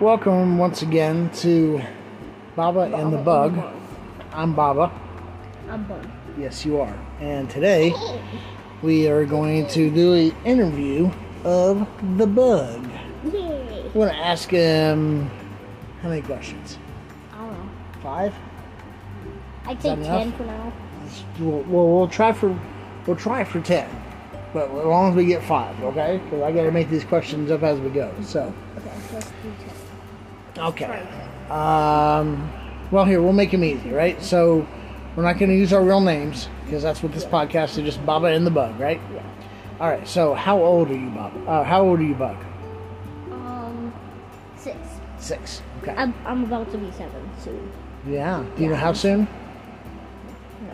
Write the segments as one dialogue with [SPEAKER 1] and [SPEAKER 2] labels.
[SPEAKER 1] Welcome once again to Baba, and the Bug. I'm Baba.
[SPEAKER 2] I'm bug.
[SPEAKER 1] Yes, you are. And today we are going to do an interview of the bug.
[SPEAKER 2] Yay!
[SPEAKER 1] I'm going to ask him how many questions?
[SPEAKER 2] I don't know.
[SPEAKER 1] Five?
[SPEAKER 2] I'd say
[SPEAKER 1] that enough?
[SPEAKER 2] ten for now.
[SPEAKER 1] Let's- We'll, we'll, we'll try for we'll try for ten, but as long as we get five, okay? Because I got to make these questions up as we go. So
[SPEAKER 2] Okay, let's do ten.
[SPEAKER 1] okay. Um, well, here we'll make them easy, right? So we're not going to use our real names because that's what this podcast is just Baba and the Bug, right?
[SPEAKER 2] Yeah.
[SPEAKER 1] All right. So how old are you, Baba? Uh, how old are you, Bug?
[SPEAKER 2] Um, six.
[SPEAKER 1] Six. Okay.
[SPEAKER 2] I'm, I'm about to be seven soon.
[SPEAKER 1] Yeah. Do you know how soon?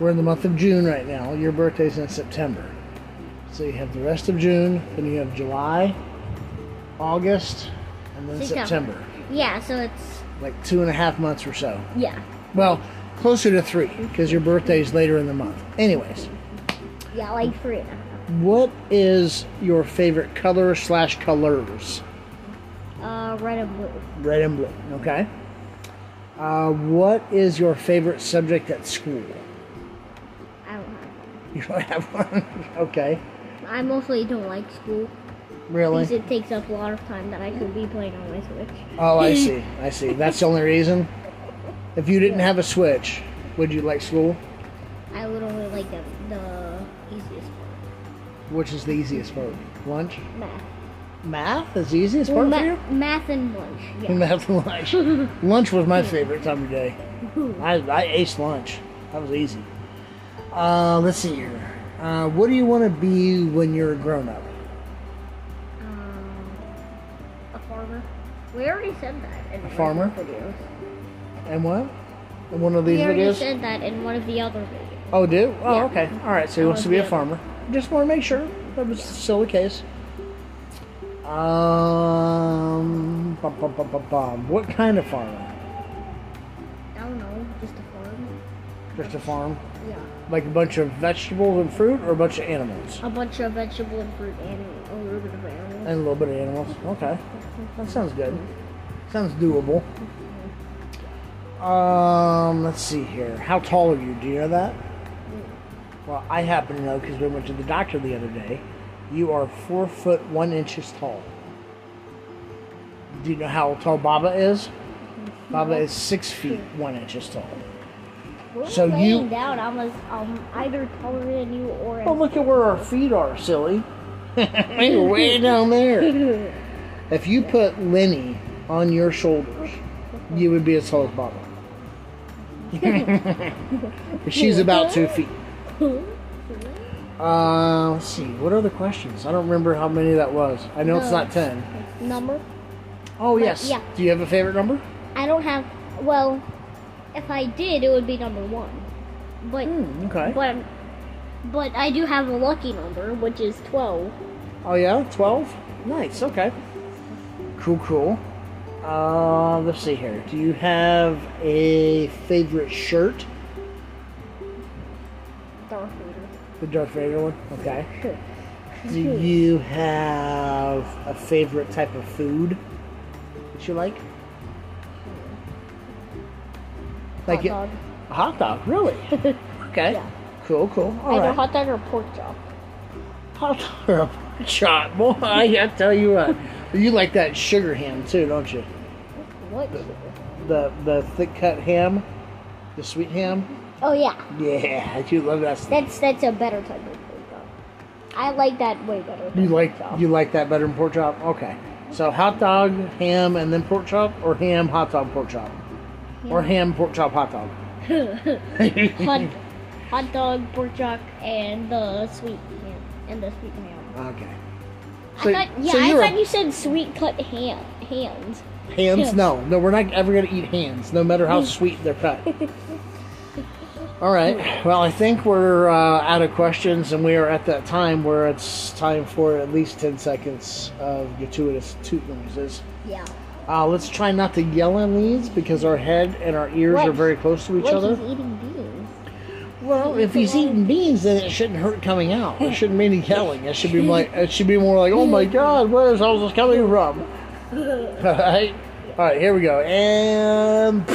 [SPEAKER 1] We're in the month of June right now. Your birthday's in September. So you have the rest of June, then you have July, August, and then
[SPEAKER 2] September.
[SPEAKER 1] September.
[SPEAKER 2] Yeah, so it's
[SPEAKER 1] Like two and a half months or so.
[SPEAKER 2] yeah,
[SPEAKER 1] Well, closer to three, because your birthday's later in the month. Anyways,
[SPEAKER 2] yeah, like three and a half.
[SPEAKER 1] what is your favorite color slash colors?
[SPEAKER 2] Uh, red and blue.
[SPEAKER 1] Red and blue, okay? Uh, what is your favorite subject at school? You
[SPEAKER 2] I don't have. One.
[SPEAKER 1] don't have one? okay.
[SPEAKER 2] I mostly don't like school
[SPEAKER 1] Really?
[SPEAKER 2] because it takes up a lot of time that I could be playing on my Switch.
[SPEAKER 1] Oh, I see. I see. That's the only reason. If you didn't have a Switch, would you like school?
[SPEAKER 2] I would only like the, the easiest part,
[SPEAKER 1] Which is the easiest part? Lunch?
[SPEAKER 2] math.
[SPEAKER 1] Math is the easiest part
[SPEAKER 2] Well, ma-
[SPEAKER 1] for you?
[SPEAKER 2] math and lunch. Yeah.
[SPEAKER 1] Math and lunch. lunch was my favorite time of day. I, I aced lunch. That was easy. Uh, let's see here. Uh, what do you want to be when you're a grown up?
[SPEAKER 2] Um, a farmer. We already said that in one of the
[SPEAKER 1] farmer?
[SPEAKER 2] videos.
[SPEAKER 1] And what? In one of these
[SPEAKER 2] we already
[SPEAKER 1] videos?
[SPEAKER 2] said that in one of the other videos.
[SPEAKER 1] Oh, do? Oh,
[SPEAKER 2] Yeah.
[SPEAKER 1] okay. All right. So
[SPEAKER 2] I
[SPEAKER 1] he wants
[SPEAKER 2] want
[SPEAKER 1] to
[SPEAKER 2] to
[SPEAKER 1] be
[SPEAKER 2] be
[SPEAKER 1] a
[SPEAKER 2] a-
[SPEAKER 1] farmer. Just want to make sure that was still the case. Um, bum, bum, bum, bum, bum. what kind of farm?
[SPEAKER 2] I don't know, just a farm.
[SPEAKER 1] Just a farm,
[SPEAKER 2] Yeah,
[SPEAKER 1] like a bunch of vegetables and fruit, or a bunch of animals
[SPEAKER 2] a bunch of vegetable and fruit and a little bit of animals.
[SPEAKER 1] and a little bit of animals. Okay, that sounds good. Sounds doable. Um, let's see here. How tall are you? Do you know that? Well, I happen to know because we went to the doctor the other day. You are four foot one inches tall. Do you know how tall Baba is? Baba is six feet one inches tall.
[SPEAKER 2] We're
[SPEAKER 1] So
[SPEAKER 2] laying
[SPEAKER 1] you- Oh
[SPEAKER 2] down. I'm, a, I'm either taller than you or.
[SPEAKER 1] Well, look at where our feet are, silly. They're way down there. If you put Lenny on your shoulders, you would be as tall as Baba. She's about two feet. Uh, let's see. What are the questions? I don't remember how many that was. I know it's
[SPEAKER 2] No.
[SPEAKER 1] not ten.
[SPEAKER 2] Number.
[SPEAKER 1] Oh yes.
[SPEAKER 2] yeah.
[SPEAKER 1] Do you have a favorite number?
[SPEAKER 2] I don't have. Well, if I did, it would be number one. But
[SPEAKER 1] Hmm, okay.
[SPEAKER 2] but I'm- but I do have a lucky number, which is twelve.
[SPEAKER 1] Oh yeah, twelve. Nice. Okay. Cool, cool. Uh, let's see here. Do you have a favorite shirt?
[SPEAKER 2] Darth Vader.
[SPEAKER 1] The Darth Vader one. Okay. Do you have a favorite type of food that you like? Like
[SPEAKER 2] hot
[SPEAKER 1] it-
[SPEAKER 2] dog.
[SPEAKER 1] a hot dog, really? Okay.
[SPEAKER 2] Yeah.
[SPEAKER 1] Cool, cool. All
[SPEAKER 2] Either
[SPEAKER 1] right.
[SPEAKER 2] hot dog or pork chop.
[SPEAKER 1] Hot dog or a pork chop, boy. I tell you what, you like that sugar ham too, don't you?
[SPEAKER 2] What?
[SPEAKER 1] The the thick cut ham, the sweet ham.
[SPEAKER 2] Oh yeah,
[SPEAKER 1] Yeah, you love that. Stuff.
[SPEAKER 2] that's that's a better type of pork chop. I like that way better.
[SPEAKER 1] You
[SPEAKER 2] than
[SPEAKER 1] like
[SPEAKER 2] pork chop.
[SPEAKER 1] you like that better than pork chop. Okay, so hot dog, ham, and then pork chop, or ham, hot dog, pork chop, or ham, pork chop, hot dog.
[SPEAKER 2] hot, hot dog, pork chop, and the sweet ham and the sweet ham.
[SPEAKER 1] Okay.
[SPEAKER 2] I thought yeah, I
[SPEAKER 1] you're a-
[SPEAKER 2] thought you said sweet cut ham hams.
[SPEAKER 1] Hands? No, no, we're not ever gonna eat hands, no matter how sweet they're cut. All right. Well, I think we're uh, out of questions, and we are at that time where it's time for at least ten seconds of gratuitous toot noises.
[SPEAKER 2] Yeah.
[SPEAKER 1] Uh, let's try not to yell in these because our head and our ears
[SPEAKER 2] What?
[SPEAKER 1] are very close to each
[SPEAKER 2] What
[SPEAKER 1] other.
[SPEAKER 2] he's eating beans.
[SPEAKER 1] Well, if he's eating beans, then it shouldn't hurt coming out. It shouldn't mean he's yelling. It should be like it should be more like, "Oh my God, where is all this coming from?" All right.
[SPEAKER 2] Yeah.
[SPEAKER 1] All right, here we go. And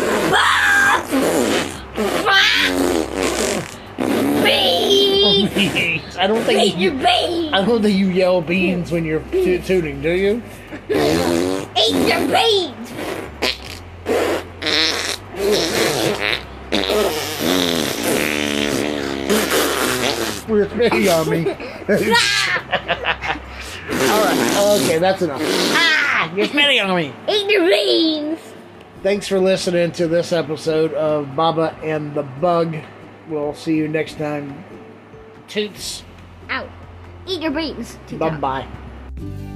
[SPEAKER 2] Beans!
[SPEAKER 1] beans. I don't
[SPEAKER 2] Eat
[SPEAKER 1] think
[SPEAKER 2] your
[SPEAKER 1] you,
[SPEAKER 2] beans!
[SPEAKER 1] I don't think you yell beans when you're tu- tuning, do you?
[SPEAKER 2] Eat your beans!
[SPEAKER 1] We're pretty on me. All right. Okay, that's enough. Ah, you're spitting on me.
[SPEAKER 2] Eat your beans!
[SPEAKER 1] Thanks for listening to this episode of Baba and the Bug. We'll see you next time. Toots.
[SPEAKER 2] Out. Eat your beans.
[SPEAKER 1] Bye bye.